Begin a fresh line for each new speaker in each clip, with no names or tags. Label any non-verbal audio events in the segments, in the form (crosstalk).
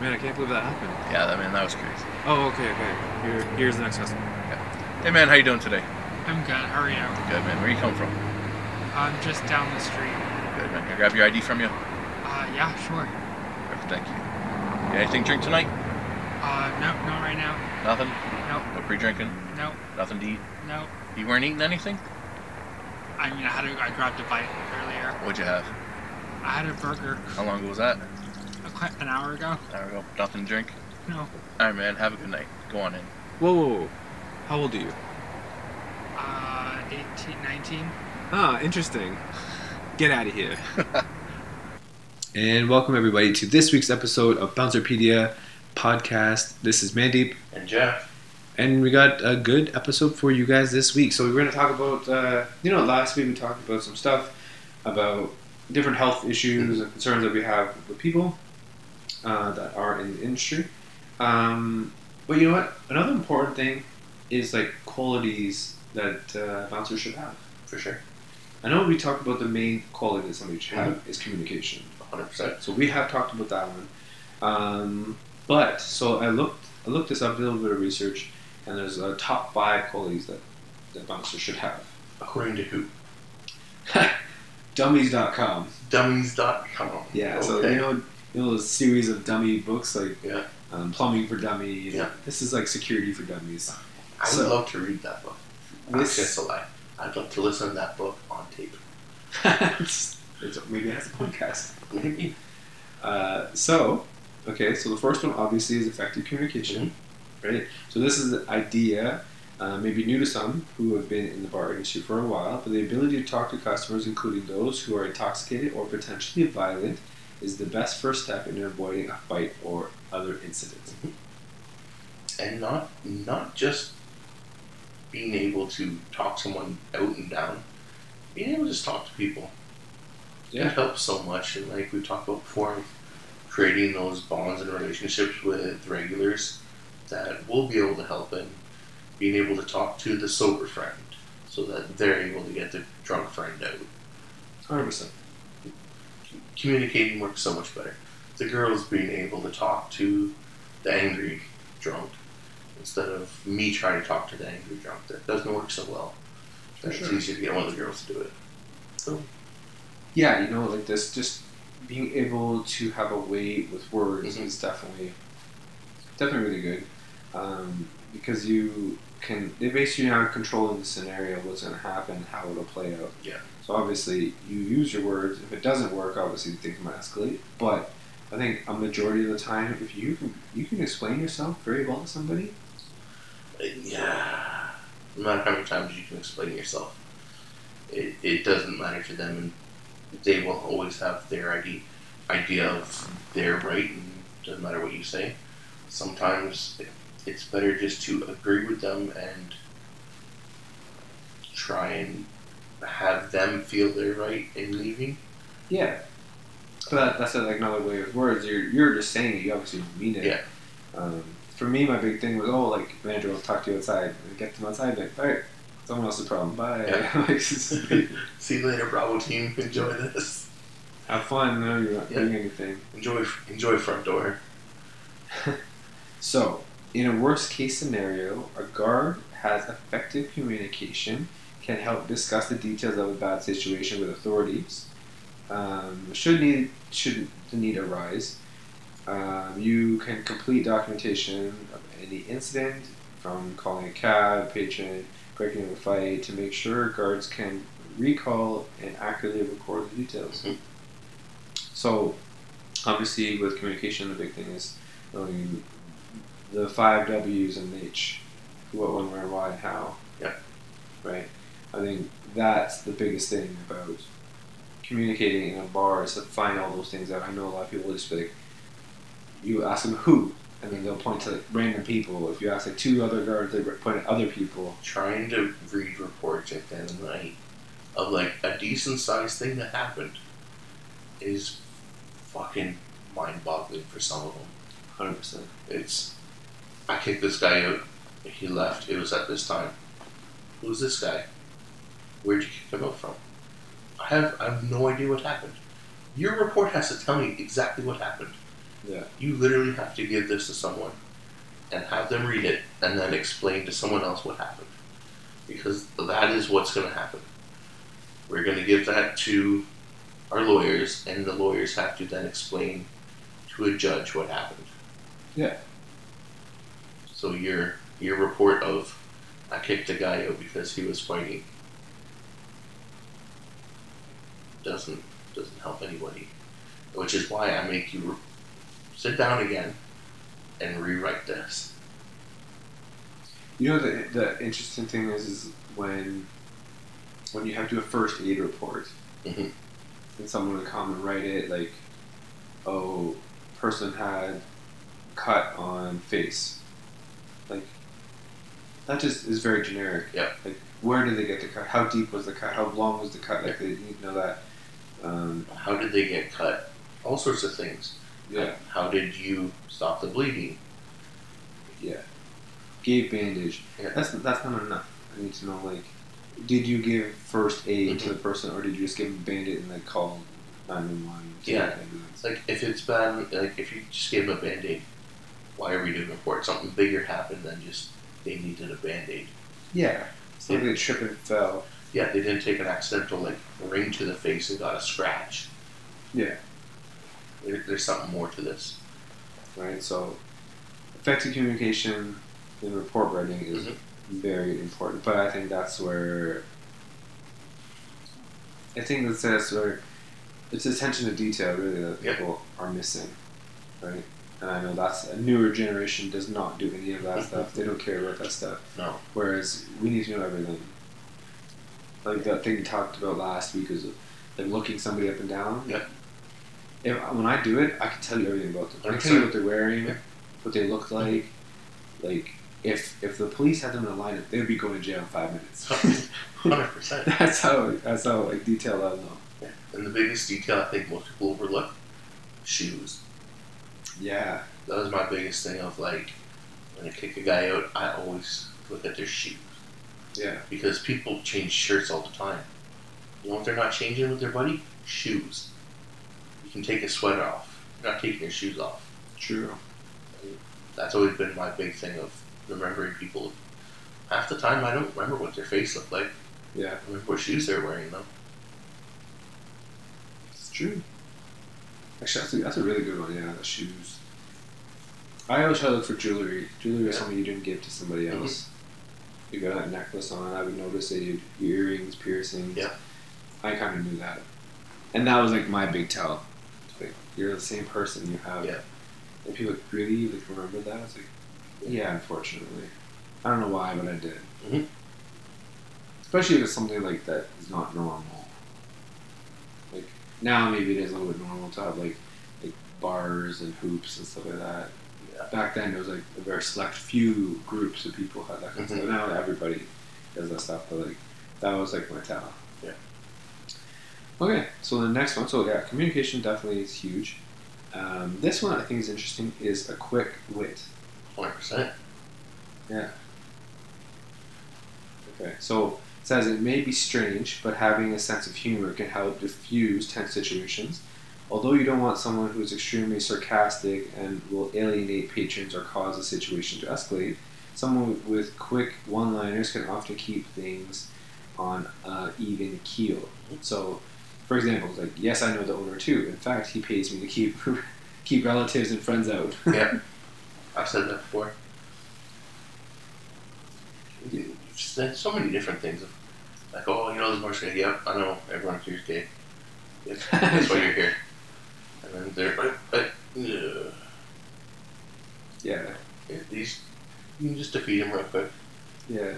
Man, I can't believe that happened.
Yeah, I mean that was crazy.
Oh, okay, okay. Here, here's the next customer.
Hey man, how you doing today?
I'm good. How are you?
Good man. Where you come from?
I'm just down the street.
Good man. Can I grab your ID from you?
Uh, yeah, sure.
Perfect, Thank you. You got anything to drink tonight?
Uh, no, not right now.
Nothing.
Nope,
No pre-drinking.
nope,
Nothing to eat.
nope.
You weren't eating anything?
I mean, I had a, I grabbed a bite earlier.
What'd you have?
I had a burger
How long ago was that?
a, qu- an hour ago.
An hour ago. Nothing to drink.
No,
All right, man. Have a good night. Go on in.
Whoa, whoa, whoa. How old are you?
uh, 18, 19.
Ah, interesting. Get out of here.
(laughs) And welcome everybody to this week's episode of Bouncerpedia podcast. This is Mandeep,
And Jeff.
and we got a good episode for you guys this week. So we're going to talk about, uh, you know, last week we talked about some stuff about different health issues and concerns that we have with people uh, that are in the industry. Um, but you know what? Another important thing is like qualities that uh, bouncers should have.
For sure.
I know we talked about the main quality that somebody should have is communication.
100%.
So we have talked about that one. Um, but so I looked I looked this up, did a little bit of research, and there's a top five qualities that that bouncers should have. (laughs)
According to who?
Dummies.com.
Dummies.com.
Yeah.
Okay.
So you know you know those series of dummy books like
Yeah.
um, plumbing for dummies.
Yeah.
This is like security for dummies. (laughs)
I would
so-
love to read that book. This
This
is a lie. I'd love to listen to that book on tape.
it's, it's- maybe it has a podcast.
Maybe.
Uh, so, okay, so the first one obviously is effective communication, right? So this is an idea, uh, maybe new to some who have been in the bar industry for a while, but the ability to talk to customers, including those who are intoxicated or potentially violent, is the best first step in avoiding a fight or other incidents.
And not not just being able to talk someone out and down. Being able to just talk to people.
Yeah.
It helps so much. And like we talked about before, creating those bonds and relationships with regulars that will be able to help and being able to talk to the sober friend so that they're able to get the drunk friend out.
Hundred percent.
communicating works so much better. The girls being able to talk to the angry drunk instead of me trying to talk to the angry drunk. That doesn't work so well.
For
it's
sure.
easier to get one of the girls to do it.
Yeah, you know, like this, just being able to have a way with words
Mhm.
is definitely, definitely really good, um, because you can. They basically now controlling the scenario, what's going to happen, how it'll play out.
Yeah.
So obviously, you use your words. If it doesn't work, obviously things might escalate. But I think a majority of the time, if you can, you can explain yourself very well to somebody.
It- yeah. No matter how many times you can explain yourself, it, it doesn't matter to them, and they will always have their ID, idea of their right, and doesn't matter what you say. Sometimes it, it's better just to agree with them and try and have them feel their right in leaving.
Yeah. But that's a, like another way of words. You're, you're just saying it. You obviously mean it.
Yeah.
Um, for me, my big thing was, oh, like manager will talk to you outside. And get them outside. Like, all right, someone else's problem. Bye.
Yeah.
(laughs) Like, it's
(laughs)
just-
See you later, Bravo team. Enjoy this.
have fun. No, you're not
Yeah.
doing anything.
Enjoy, enjoy front door.
So, in a worst case scenario, a guard has effective communication, can help discuss the details of a bad situation with authorities. Um, should need should the need arise, um, you can complete documentation of any incident, from calling a cab, patron, breaking into a fight, to make sure guards can recall and accurately record the details.
Mhm.
So, obviously, with communication, the big thing is knowing the five W's and H. What, when, where, why, how.
Yeah.
Right? I think that's the biggest thing about communicating in a bar is to find all those things out. I know a lot of people just be like, you ask them who, and then they'll point to like, random people. If you ask like two other guards, they point at other people.
trying to read reports at the end of the night of like a decent sized thing that happened is fucking mind boggling for some of them.
100%.
It's I kicked this guy out, he left, it was at this time. Who's this guy? Where'd you kick him out from? I have I have no idea what happened. Your report has to tell me exactly what happened.
Yeah.
You literally have to give this to someone and have them read it and then explain to someone else what happened. Because that is what's going to happen. We're going to give that to our lawyers, and the lawyers have to then explain to a judge what happened.
Yeah.
So your your report of I kicked a guy out because he was fighting doesn't doesn't help anybody, which is why I make you re- sit down again and rewrite this.
You know the the interesting thing is is when when you have to do a first aid report
Mhm.
and someone would come and write it like, oh, person had cut on face, like that just is very generic.
Yeah.
Like where did they get the cut? How deep was the cut? How long was the cut? Like they need to know that. Um,
How did they get cut? All sorts of things.
yeah.
How did you stop the bleeding?
Gave bandage.
Yeah.
That's that's not enough. I need to know like, did you give first aid
Mm-hmm.
to the person, or did you just give them a bandit and then call nine one one?
Yeah. It's like if it's bad, like if you just gave them a band aid, why are we doing a report? Something bigger happened than just they needed a band aid.
Yeah. It's like
Yeah.
they trip and fell.
Yeah, they didn't take an accidental like ring to the face and got a scratch.
Yeah.
There, there's something more to this.
Right. So, effective communication in report writing is
Mhm.
very important. But I think that's where. I think that's, that's where it's attention to detail really that
Yeah.
people are missing, right? And I know that's a newer generation does not do any of that stuff. They don't care about that stuff.
No. (laughs)
Whereas we need to know everything. Like that thing you talked about last week is like looking somebody up and down.
Yeah.
If, when I do it, I can tell you everything about them. I can tell you what they're wearing,
Yeah.
what they look like. Like if if the police had them in a lineup, they'd be going to jail in five
(laughs)
minutes.
Hundred percent.
that's how that's how like detailed I know.
And the biggest detail I think most people overlook, shoes.
Yeah.
That was my biggest thing of like, when I kick a guy out, I always look at their shoes
Yeah.
because people change shirts all the time. You know what they're not changing with their buddy? Shoes. You can take a sweater off. You're not taking your shoes off.
True.
That's always been my big thing of remembering people. Half the time, I don't remember what their face looked like.
Yeah.
I remember what shoes they're wearing though.
It's true. Actually, that's a, that's a really good one. Yeah, the shoes. I always try to look for jewelry. Jewelry is
Yeah.
something you didn't give to somebody
Mhm.
else. You got that necklace on. I would notice that you earrings, piercings.
Yeah.
I kind of knew that, and that was like my big tell. It's Like, you're the same person. You have.
Yeah.
And people like, really like remember that. I was like, yeah, unfortunately, I don't know why, but I did.
Mhm.
Especially if it's something like that is not normal. Like now, maybe it is a little bit normal to have like like bars and hoops and stuff like that.
Yeah.
Back then, it was like a very select few groups of people had that kind of
Mhm.
stuff. Now everybody does that stuff, but like that was like my town.
Yeah.
Okay, so the next one. So yeah, communication definitely is huge. Um, this one I think is interesting. Is a quick wit.
Hundred percent.
Okay. So it says it may be strange, but having a sense of humor can help diffuse tense situations. Although you don't want someone who is extremely sarcastic and will alienate patrons or cause a situation to escalate, someone with quick one-liners can often keep things on an even keel. So, for example, like yes, I know the owner too. In fact, he pays me to keep (laughs) keep relatives and friends out. (laughs)
yeah, I've said that before. You've said so many different things. of, Like, oh, you know, this Mark's gay. Yep, I know. Everyone here's gay. Yep, that's why you're here. And then they're, but, but, yeah.
yeah.
Yeah, these, you can just defeat him real quick.
Yeah.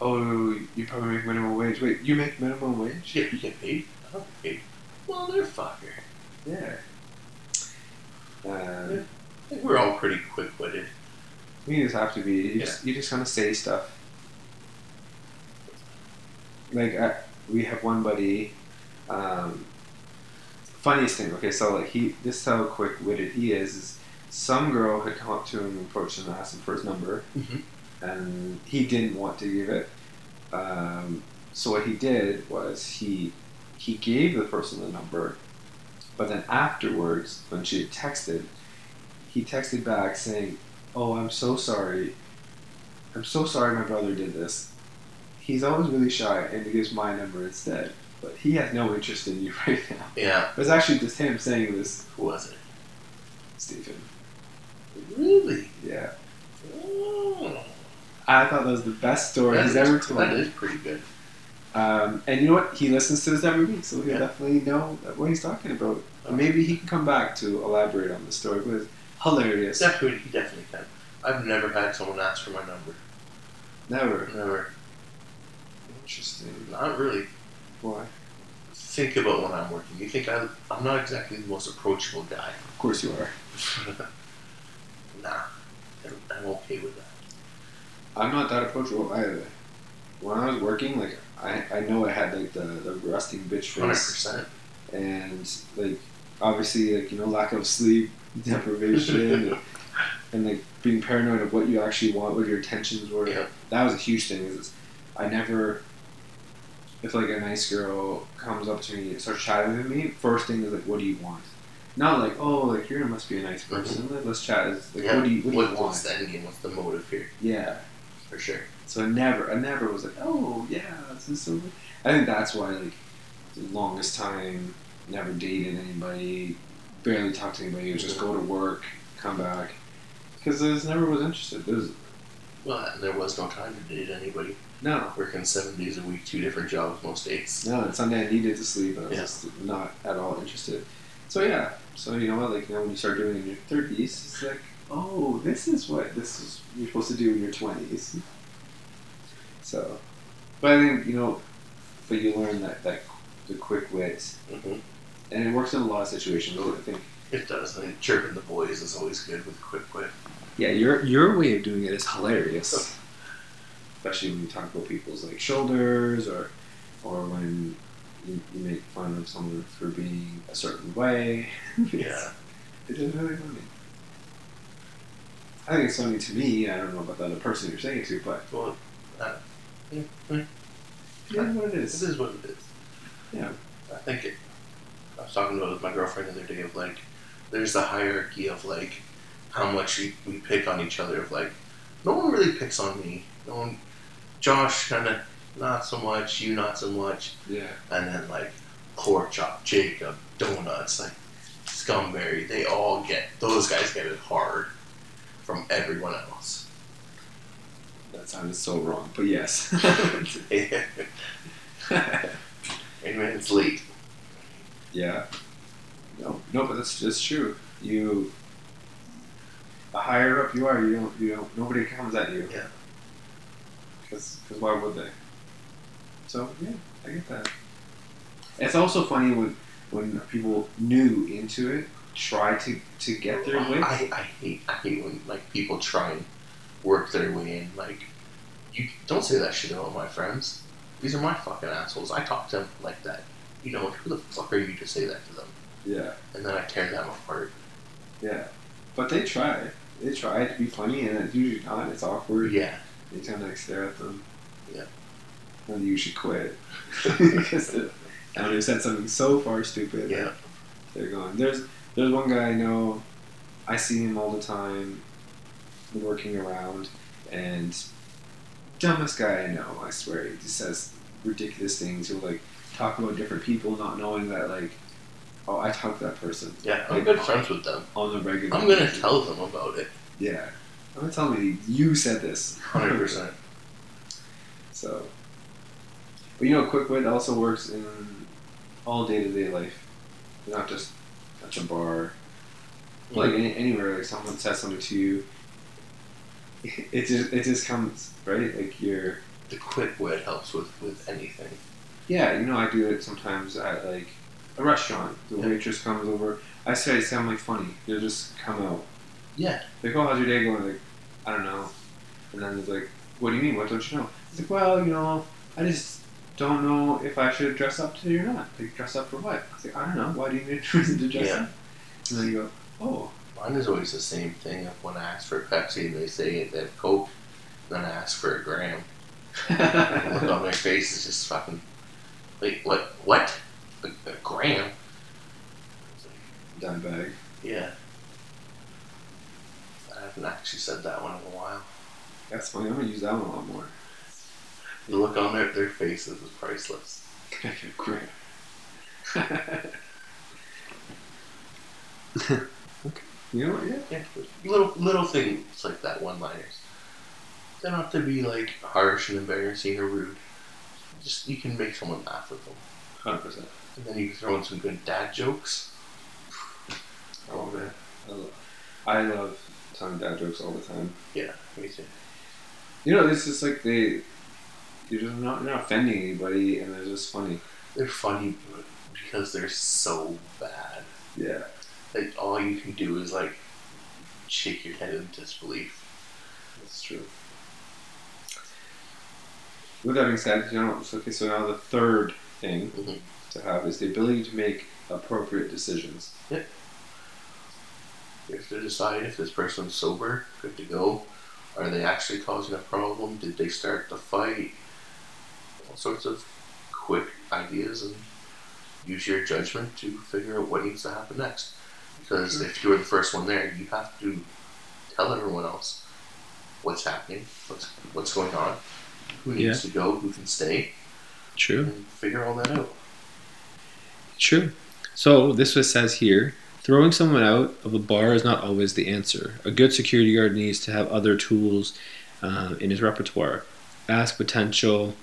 Oh, you probably make minimum wage. Wait, you make minimum wage?
Shit, you get paid? I don't get paid. Motherfucker.
Yeah. Uh,
I think we're all pretty quick witted.
you just have to be. You just, you just kind of say stuff. Like I, we have one buddy. Um, funniest thing. Okay, so like he, this is how quick witted he is. Is some girl had come up to him and approached him and asked him for his number,
Mhm.
and he didn't want to give it. Um, so what he did was he he gave the person the number, but then afterwards, when she had texted, he texted back saying, "Oh, I'm so sorry. I'm so sorry my brother did this. He's always really shy, and he gives my number instead. But he has no interest in you (laughs) right now."
Yeah.
It was actually just him saying this,
Who was it?
Stephen.
Really?
Yeah,
Oh.
I thought that was the best story
That
he's
is-
ever told.
that is pretty good.
Um, and you know what? He listens to this every week, so he'll
Yeah. Oh.
definitely know what he's talking about. And Uh, maybe he can come back to elaborate on the story. It was hilarious.
Definitely, he definitely can. I've never had someone ask for my number.
Never.
Never.
Interesting.
Not really.
Why?
Think about when I'm working. You think I, I'm not exactly the most approachable guy. (laughs)
Of course you are.
nah, I'm, I'm okay with that.
I'm not that approachable either. When I was working, like I, I know I had like the, the rusting bitch
Hundred
face,
percent.
and like obviously like you know lack of
(laughs)
sleep, deprivation, and, and like being paranoid of what you actually want, what your intentions were.
Yeah.
that was a huge thing. Is I never, if like a nice girl comes up to me and starts chatting with me, first thing is like, what do you want? Not like, oh, like you're must be a nice person. Like, let's chat. It's like,
Mm-hmm. Yeah.
what do you, what do you
what's
want?
the end game? What's the motive here?
Yeah.
For sure.
So I never, I never was like, oh yeah, this is so. I think that's why like the longest time never dated anybody, barely talked to anybody. It was just go to work, come back, because I just never was interested. There's
Well, and there was no time to date anybody.
no,
Working seven days a week, two different jobs most days.
no. And Sunday I needed to sleep, and I was
Yeah.
just not at all interested. So yeah, so you know what? Like you know, when you start doing it in your thirties, it's like, oh, this is what this is you're supposed to do in your twenties. So, but I think you know, but you learn that that the quick wit,
hmm
and it works in a lot of situations. I think.
It does. I mean, chirping the boys is always good with a quick whip.
Yeah, your your way of doing it is hilarious, especially when you talk about people's like shoulders or or when you, you make fun of someone for being a certain way. (laughs)
Yeah.
It's just really funny. I think it's funny to me. I don't know about the other person you're saying it to, but
Well,
it is what it
this
is.
is what it is.
Yeah.
I think it, I was talking about it with my girlfriend the other day of like, there's the hierarchy of like how much we, we pick on each other of like, no one really picks on me. No one, Josh kind of not so much, you not so much,
Yeah.
and then like Core Chop, Jacob, Donuts, like Scumberry, they all get, those guys get it hard from everyone else.
That sounded so wrong, but yes.
(laughs) Hey man, it's late.
yeah. No, no, but that's that's true. You, the higher up you are, you don't, you don't, nobody comes at you.
Yeah.
Because why would they? So yeah, I get that. It's also funny when when people new into it try to to get their way.
I, I hate I hate when like people try and work their way in. Like you don't say that shit about my friends. These are my fucking assholes. I talk to them like that. You know who the fuck are you to say that to them?
Yeah.
And then I tear them apart.
Yeah, but they try. They try to be funny, and it's usually not. It's awkward.
Yeah,
They kind of like stare at them.
Yeah.
And you should quit (laughs) because they- now they said something so far stupid.
yeah.
They're gone. There's there's one guy I know. I see him all the time, working around, and dumbest guy I know. I swear, he just says ridiculous things. He'll like talk about different people, not knowing that like, oh, I talk to that person
Yeah, I'm good friends with them.
on the regular.
I'm gonna tell them about it.
Yeah. I'm gonna tell me you said this.
Hundred percent.
So But you know quick wit also works in all day to day life. Not just at your bar. Like any, anywhere, like someone says something to you. It just it just comes, right? Like you're
The quick wit helps with with anything.
Yeah, you know, I do it sometimes at like a restaurant. The
Yeah.
waitress comes over. I say something funny. They'll just come out.
Yeah.
Like, oh, how's your day going? Like, I don't know. And then it's like, what do you mean? What don't you know? It's like, well, you know, I just don't know if I should dress up today or not. Like, dress up for what? I was like, I don't know. Why do you need a reason to dress
Yeah.
up? And then you go, oh,
Mine is always the same thing. of When I ask for Pepsi and they say they have Coke, then I ask for a gram. The
"Oh." (laughs)
look on my face is just fucking like what what a, a gram
dime bag.
yeah haven't actually said that one in a while.
That's funny. I'm gonna use that one a lot more.
The look on their, their faces is priceless.
Great. okay. (laughs) You know what? Yeah.
Yeah, little little things like that, one liners. They don't have to be like harsh and embarrassing or rude. Just you can make someone laugh with them,
Hundred percent.
and then you can throw in some good dad jokes. I love it.
I love, I love telling dad jokes all the time.
Yeah, me too.
You know, it's just like they. You're just not, you're not offending anybody, and they're just funny.
They're funny because they're so bad.
Yeah.
Like all you can do is like shake your head in disbelief.
That's true. With that being said, you know, so, okay, so now the third thing
Mhm.
to have is the ability to make appropriate decisions.
You have to decide if this person's sober, good to go. Are they actually causing a problem? Did they start the fight? All sorts of quick ideas and use your judgment to figure out what needs to happen next. Because if you were the first one there, you have to tell everyone else what's happening, what's, what's going on, who needs to go, who can stay,
True.
and figure all that out.
True. So this what says here. Throwing someone out of a bar is not always the answer. A good security guard needs to have other tools uh, in his repertoire. Ask potential,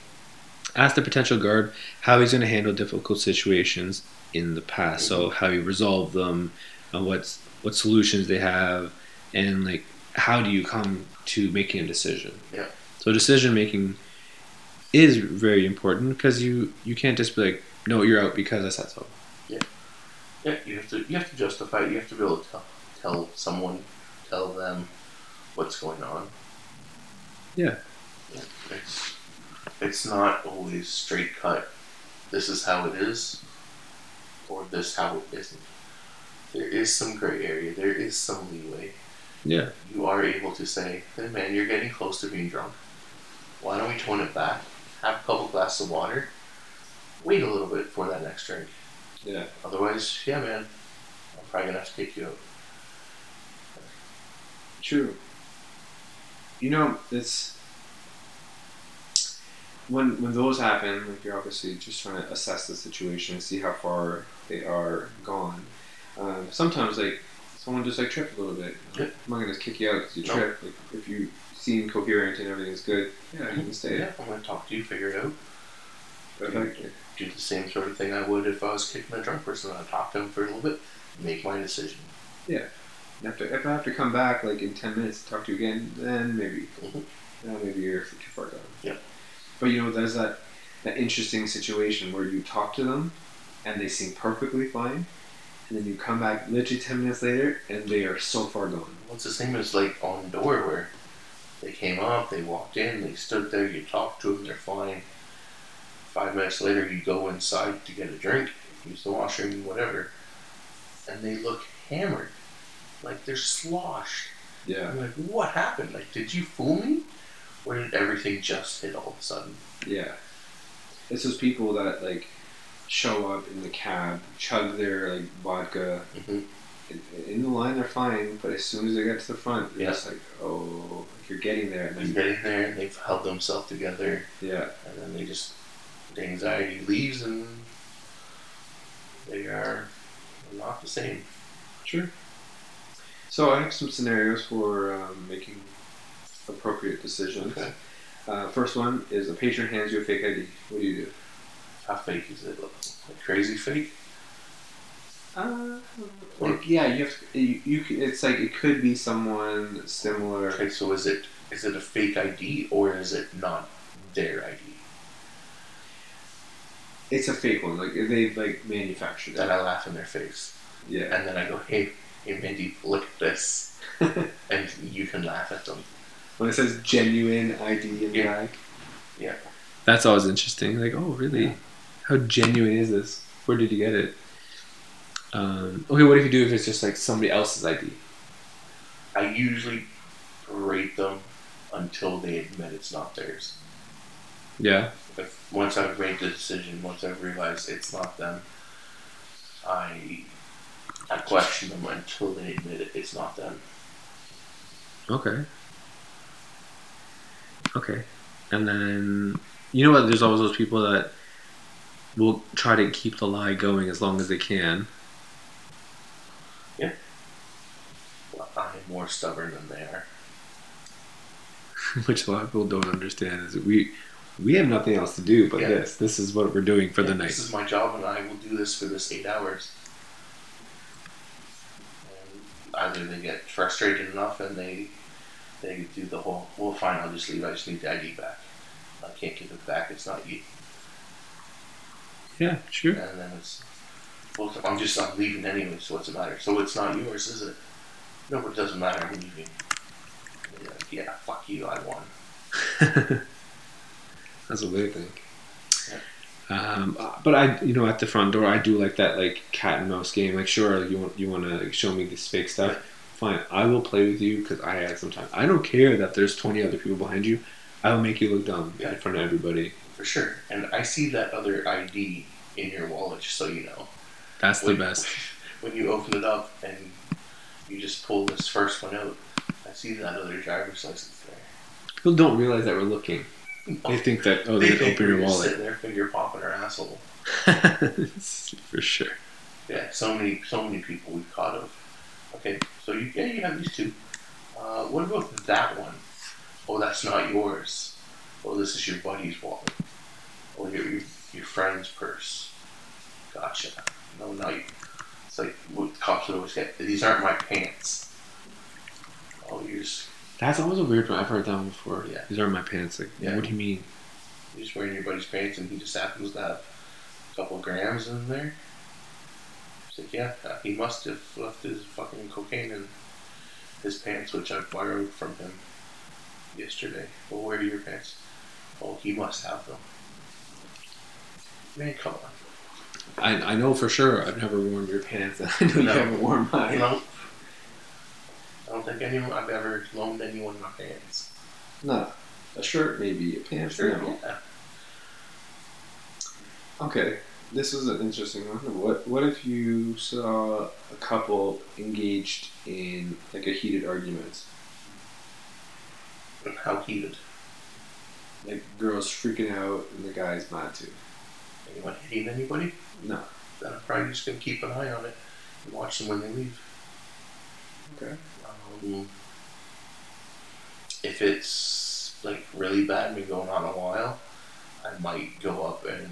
ask the potential guard how he's going to handle difficult situations in the past. So how he resolved them, uh, what's what solutions they have, and like how do you come to making a decision?
Yeah.
So decision making is very important because you you can't just be like, no, you're out because I said so.
Yeah, you have to you have to justify it. You have to be able to tell, tell someone, tell them what's going on.
Yeah.
Yeah, It's it's not always straight cut. This is how it is, or this how it isn't. There is some gray area. There is some leeway.
Yeah.
You are able to say, "Hey, man, you're getting close to being drunk. Why don't we tone it back? Have a couple glasses of water. Wait a little bit for that next drink."
Yeah.
Otherwise, yeah, man, I'm probably gonna have to kick you out.
True. You know, it's when when those happen, like you're obviously just trying to assess the situation and see how far they are gone. Um, sometimes, like someone just like tripped a little bit.
Yeah.
I'm not gonna just kick you out because you
No.
tripped. Like if you seem coherent and everything's good, yeah, you can stay.
Yeah, I'm gonna talk to you, figure it out.
But like,
Do the same sort of thing I would if I was kicking a drunk person. I'd talk to him for a little bit, make my decision.
And After, if I have to come back like in ten minutes to talk to you again, then maybe,
Mhm.
now maybe you're too far gone.
Yeah.
But you know, there's that that interesting situation where you talk to them, and they seem perfectly fine, and then you come back literally ten minutes later, and they are so far gone.
What's the same as like on door where they came up, they walked in, they stood there, you talked to them, they're fine. Five minutes later, you go inside to get a drink, use the washroom, whatever, and they look hammered, like they're sloshed.
Yeah,
I'm like, what happened? Like, did you fool me? Or did everything just hit all of a sudden?
yeah. It's those people that like show up in the cab, chug their like vodka.
Mhm.
In, in the line, they're fine, but as soon as they get to the front, you're
Yeah.
just like, oh, you're getting there, and then
You get in there and they've held themselves together,
yeah,
and then they just, the anxiety leaves and they are not the same.
Sure. So I have some scenarios for um, making appropriate decisions.
Okay.
Uh, first one is a patient hands you a fake ID. What do you do?
How fake is it? Like, a crazy fake?
Uh, like yeah, you have to, you, you. c- It's like it could be someone similar.
Okay, so is it is it a fake ID or is it not their ID
It's a fake one. Like they've like manufactured
that
Uh-huh.
it.
I laugh in their face?
Yeah.
And then I go, hey, hey, Mindy, look at this. and you can laugh at them.
When it says genuine ID in the
Yeah.
bag.
That's always interesting. Like, oh, really? How genuine is this? Where did you get it? Um, okay, what if you do if it's just like somebody else's ID?
I usually berate them until they admit it's not theirs.
Yeah.
If once I've made the decision, once I've realized it's not them, I I question them until they admit it, it's not them.
Okay. Okay. And then you know what? There's always those people that will try to keep the lie going as long as they can. (laughs)
I'm more stubborn than they are.
which a lot of people don't understand is that we we have nothing else to do but
Yeah.
this. This is what we're doing for the
Yeah,
night.
This is my job, and I will do this for this eight hours. And either they get frustrated enough and they they do the whole, well, fine, I'll just leave. I just need the ID back. I can't give it back. It's not you.
yeah, sure.
And then it's, well, I'm just I'm leaving anyway. So what's the matter? So it's not yours, is it? No, it doesn't matter. I'm leaving. And you're like, yeah, fuck you. I won.
(laughs) That's what they think. Um, but I, you know, at the front door, I do like that like cat and mouse game. Like, sure, like, you want you want to show me this fake stuff. Fine, I will play with you because I had some time. I don't care that there's 20 other people behind you. I will make you look dumb
Yeah.
in front of everybody.
For sure. And I see that other ID in your wallet, just so you know.
That's the
When-
best.
When you open it up and you just pull this first one out, I see that other driver's license there.
People don't realize that we're looking. They think that oh, they,
think
open your
we're just (laughs)
wallet (laughs)
Sitting there, finger popping our asshole.
for sure.
Yeah, so many, so many people we've caught of. Okay, so you, yeah, you have these two. Uh, what about that one? Oh, that's not yours. Oh, this is your buddy's wallet. Oh, your your, your friend's purse. Gotcha. No, not you. It's like what cops would always get. These aren't my pants. Oh, you're just,
That's always a weird one. I've heard that one before.
Yeah.
These aren't my pants. Like,
Yeah.
what do you mean?
you're just wearing your buddy's pants, and he just happens to have a couple grams in there. It's like, yeah, uh, he must have left his fucking cocaine in his pants, which I borrowed from him yesterday. Well, where are your pants? Oh, he must have them. Man, come on.
I, I know for sure I've never worn your pants.
(laughs)
I know you
No.
haven't worn
I
mine.
don't. I don't think anyone I've ever loaned anyone my pants.
No. A shirt, maybe. A pants, no.
Yeah.
Okay. This was an interesting one. What What if you saw a couple engaged in like a heated argument?
How heated?
Like girls freaking out and the guys mad too.
Anyone hitting anybody?
No.
Then I'm probably just gonna keep an eye on it and watch them when they leave.
Okay.
Um, if it's like really bad and been going on a while, I might go up and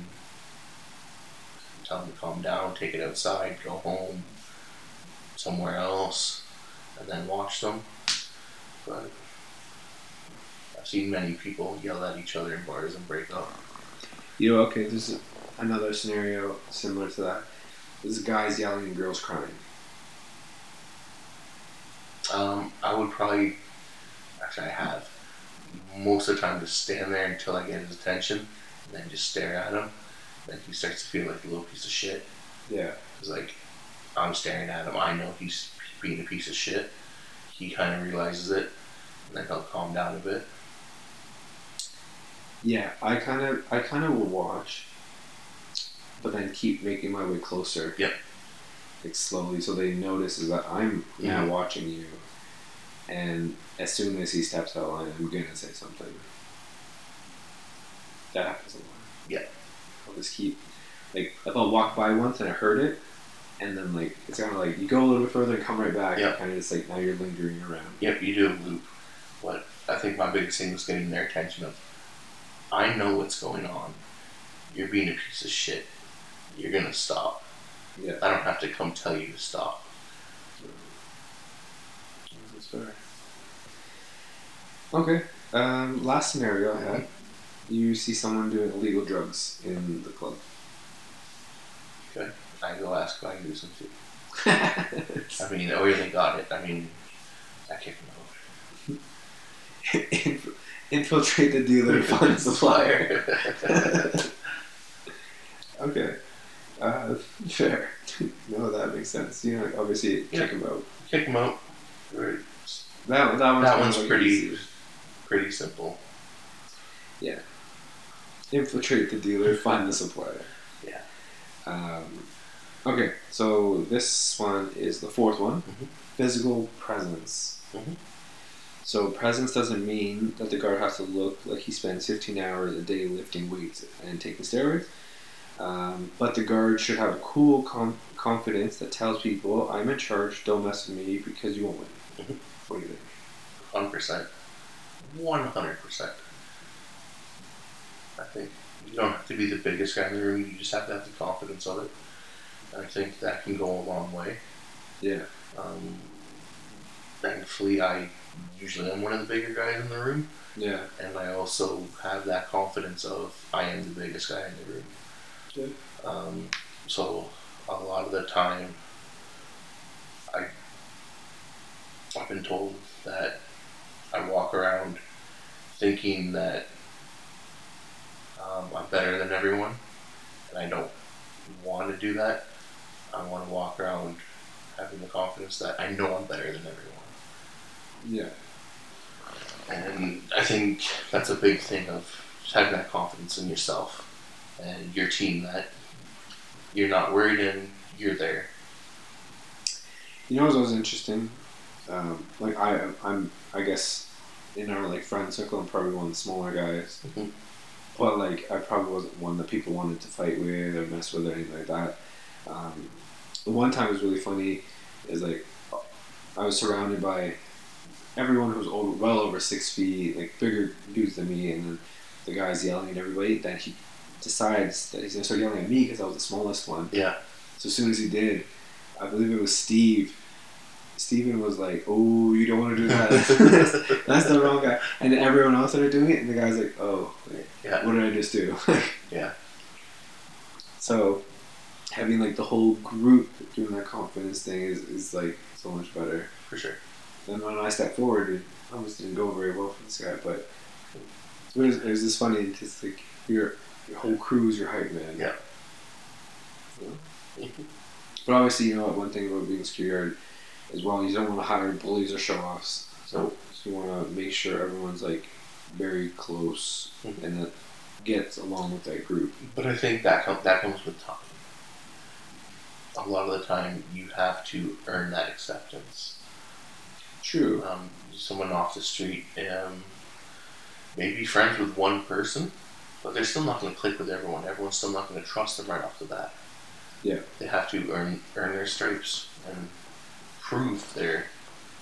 tell them to calm down, take it outside, go home, somewhere else, and then watch them. But I've seen many people yell at each other in bars and break up.
You know, okay, there's another scenario similar to that. There's guys yelling and girls crying.
Um, I would probably, actually, I have most of the time just stand there until I get his attention, and then just stare at him. Then he starts to feel like a little piece of shit.
Yeah.
It's like I'm staring at him. I know he's being a piece of shit. He kind of realizes it, and then he'll calm down a bit.
Yeah, I kind of, I kind of will watch, but then keep making my way closer.
Yep.
Like slowly, so they notice is that I'm now watching you, and as soon as he steps out of line, I'm gonna say something. That happens a lot.
Yeah.
I'll just keep, like, if I'll walk by once and I heard it, and then like it's kind of like you go a little bit further and come right back.
Yeah.
Kind of just like now you're lingering around.
Yep, you do a loop. But I think my biggest thing was getting their attention of, I know what's going on. You're being a piece of shit. You're gonna stop.
Yeah.
I don't have to come tell you to stop.
Okay. Um, last scenario I had, you see someone doing illegal drugs in the club. (laughs)
I go ask if I can do some too. I mean, or they got it. I mean, I kick them over.
Inf- Infiltrate the dealer, find the supplier. (laughs) okay. Uh, fair. (laughs) no, that makes sense. You know, obviously,
Yeah.
check him out.
(laughs) kick them out. Very-
That, that, one's,
That one's
kinda
pretty-
easy.
Pretty simple.
Infiltrate the dealer, find the supplier.
Yeah.
Um, okay, so this one is the fourth one
Mhm.
physical presence.
Mhm.
So presence doesn't mean that the guard has to look like he spends 15 hours a day lifting weights and taking steroids. Um, but the guard should have a cool com- confidence that tells people, "I'm in charge. Don't mess with me because you won't win." what do you think?
Hundred percent. One hundred percent. I think you don't have to be the biggest guy in the room. You just have to have the confidence of it. I think that can go a long way.
Yeah.
Um, thankfully, I usually am one of the bigger guys in the room,
Yeah.
and I also have that confidence of I am the biggest guy in the room. Um, so a lot of the time, I I've been told that I walk around thinking that um, I'm better than everyone, and I don't want to do that. I want to walk around having the confidence that I know I'm better than everyone.
Yeah.
And I think that's a big thing of just having that confidence in yourself and your team that you're not worried and you're there.
You know what was interesting? Um, like I, I'm, I guess, in our like friend circle, I'm probably one of the smaller guys.
Mhm.
But like, I probably wasn't one that people wanted to fight with or mess with or anything like that. Um, the one time it was really funny is like, I was surrounded by everyone who was old, well over six feet, like bigger dudes than me, and then the guy's yelling at everybody. Then he decides that he's gonna start yelling at me because I was the smallest one.
Yeah. (laughs)
So as soon as he did, I believe it was Steve. Steven was like, "Oh, you don't want to do that.
(laughs)
(laughs) That's the wrong guy." And then everyone else started doing it, and the guy's like, "Oh, like,
Yeah.
what did I just do?" (laughs)
Yeah.
So having like the whole group doing that confidence thing is, is like so much better.
For sure.
And when I stepped forward, it almost didn't go very well for this guy, but it was, it was just funny. It's like your your whole crew is your hype man.
Yeah.
Yeah. (laughs) but obviously, you know what? One thing about being a security guard is well, you don't want to hire bullies or show offs. So, so you want to make sure everyone's like very close
Mhm.
and that gets along with that group.
But I think that com- that comes with time. A lot of the time, you have to earn that acceptance.
True.
um, someone off the street, um, maybe friends with one person, but they're still not going to click with everyone. Everyone's still not going to trust them right off the bat.
Yeah.
they have to earn earn their stripes and prove their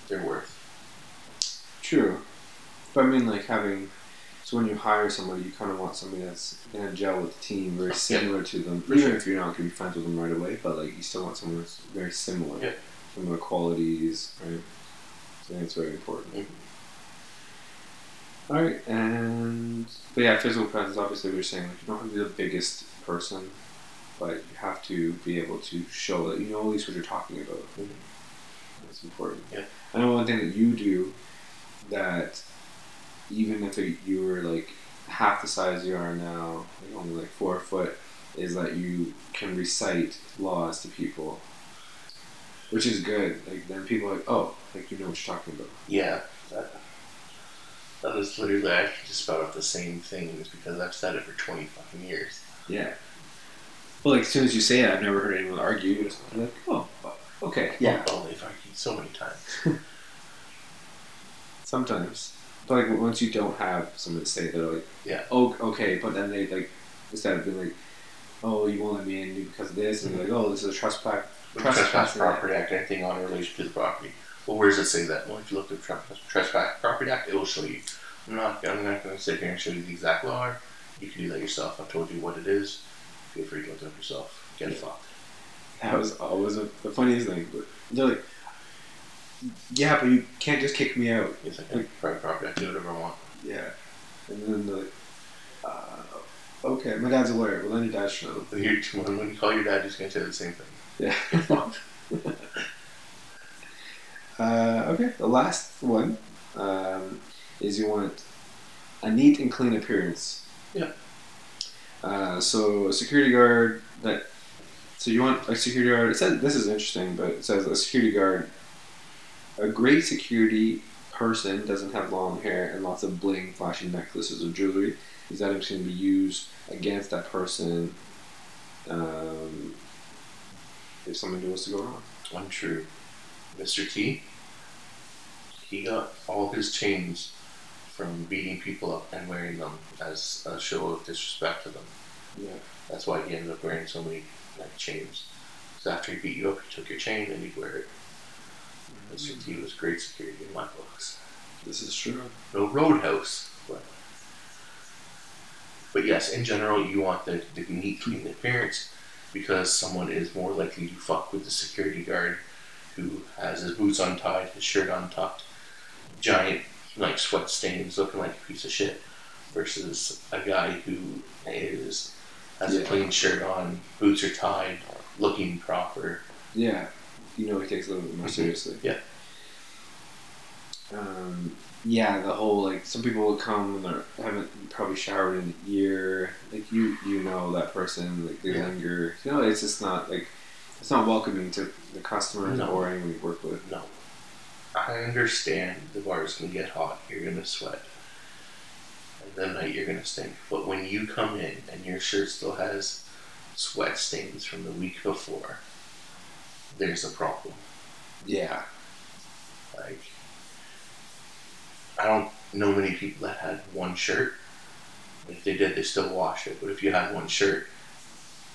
their worth.
True. But I mean, like having. So when you hire somebody, you kind of want somebody that's gonna gel with the team, very similar to them.
For
even
sure.
if you're not gonna be friends with them right away, but like you still want someone that's very similar,
Yeah.
similar qualities, right? So I think it's very important.
Mhm.
All right, and but yeah, physical presence. Obviously, we were saying like you don't have to be the biggest person, but you have to be able to show that you know at least what you're talking about.
Mhm.
That's important.
Yeah.
I know one thing that you do that even if it, you were like half the size you are now, like only like four foot, is that you can recite laws to people, which is good. Like then people are like, oh, like you know what you're talking about.
Yeah, that, that is literally I can just spout out the same things because I've said it for twenty fucking years.
Yeah. Well, like as soon as you say it, I've never heard anyone argue. It's like, oh, okay, yeah.
oh, they've argued so many times.
Sometimes, but like once you don't have someone to say, they're like,
Yeah.
oh, okay. But then they like instead of being like, oh, you won't let me in because of this, and they're like, oh, this is a trespass.
trespass
Trespassing act.
property act, anything on in relation to the property. Well, where does it say that? Well, if you look at trespass, trespass property act, it will show you. I'm not, I'm not going to sit here and show you the exact law. You can do that yourself. I told you what it is. Feel free to look it up yourself. Get fucked.
That was always a, the funniest thing. But they're like, yeah, but you can't just kick me out.
It's like a private property act. Do whatever I want.
Yeah. And then they're like, uh, okay, my dad's a lawyer. Well, then your dad should know.
When you, (laughs) when you call your dad, he's going to say the same thing.
Yeah.
Get fucked.
(laughs) Uh, okay, the last one um, is you want a neat and clean appearance.
Yeah.
Uh, so a security guard that so you want a security guard. It says this is interesting, but it says a security guard. A great security person doesn't have long hair and lots of bling, flashing necklaces or jewelry. These items can be used against that person um, if something goes to go wrong.
One true. Mr. T, He got all his chains from beating people up and wearing them as a show of disrespect to them.
Yeah.
That's why he ended up wearing so many like chains. So after he beat you up, he took your chain and he'd wear it. That's just- he was great security in my books.
This is true.
No roadhouse, but but yes, in general, you want the, the neat, clean appearance because someone is more likely to fuck with the security guard who has his boots untied, his shirt untucked, giant like sweat stains, looking like a piece of shit, versus a guy who is has a
Yeah.
clean shirt on, boots are tied, looking proper.
Yeah, you know, he takes it a little bit more
Mhm.
seriously.
Yeah.
Um, yeah, the whole like some people will come and they haven't probably showered in a year. Like you, you know that person. Like they
Yeah.
linger. You know, it's just not like it's not welcoming to the customer
No.
or anyone we work with.
No. I understand the bars can get hot, you're gonna sweat. And the night you're gonna stink. But when you come in and your shirt still has sweat stains from the week before, there's a problem.
Yeah,
Like I don't know many people that had one shirt. If they did they still washed it. But if you had one shirt,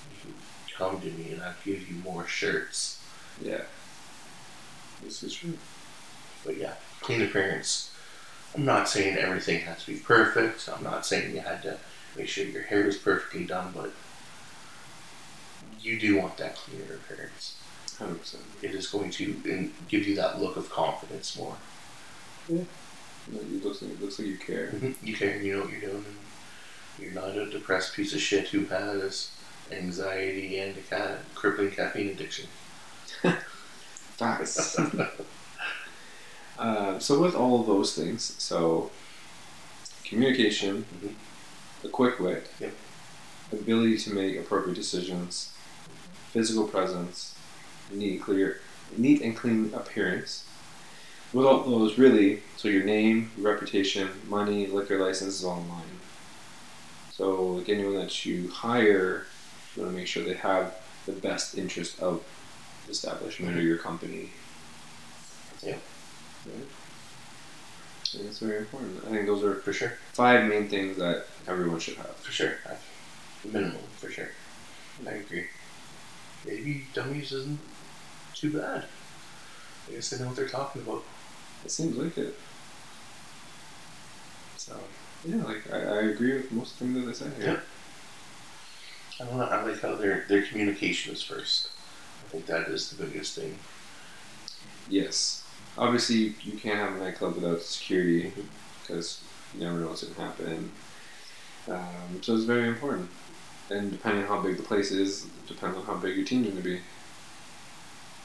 you could come to me and I'd give you more shirts.
yeah. This is true.
But yeah, clean appearance. I'm not saying everything has to be perfect. I'm not saying you had to make sure your hair was perfectly done, but you do want that cleaner appearance.
Hundred percent.
It is going to in- give you that look of confidence more.
It looks like it looks like you care.
You care, you know what you're doing. and You're not a depressed piece of shit who has anxiety and a ca- crippling caffeine addiction.
Facts. Uh, so with all of those things, so communication,
Mhm.
the quick wit,
Yep.
ability to make appropriate decisions, physical presence, neat and clear, neat and clean appearance. With all those, really, so your name, your reputation, money, liquor license is all online. So like anyone that you hire, you want to make sure they have the best interest of the establishment or your company.
Yep.
Right? I think That's very important. I think those are
For sure.
five main things that everyone should have.
For sure. I- Minimum, for sure. I agree. Maybe Dummies isn't too bad. I guess they know what they're talking about.
It seems like it.
So
Yeah, like I, I agree with most things that they say here.
I don't know. I like how their their communication is first. I think that is the biggest thing.
Yes. Obviously, you can't have a nightclub without security because you never know what's going to happen. Um, so it's very important. And depending on how big the place is, depends on how big your team's going to be.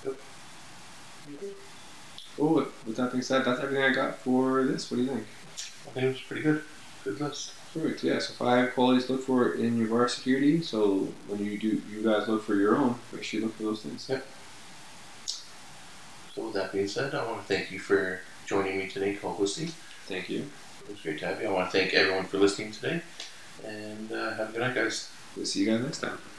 Yep.
Oh, with that being said, that's everything I got for this. What do you think?
I think it was pretty good. Good list.
Perfect. Yeah. So five qualities to look for in your bar security. So when you do, you guys look for your own. Make sure you look for those things.
So with that being said, I want to thank you for joining me today, co-hosting.
Thank you.
It was great to have you. I want to thank everyone for listening today, and uh, have a good night, guys.
We'll see you guys next time.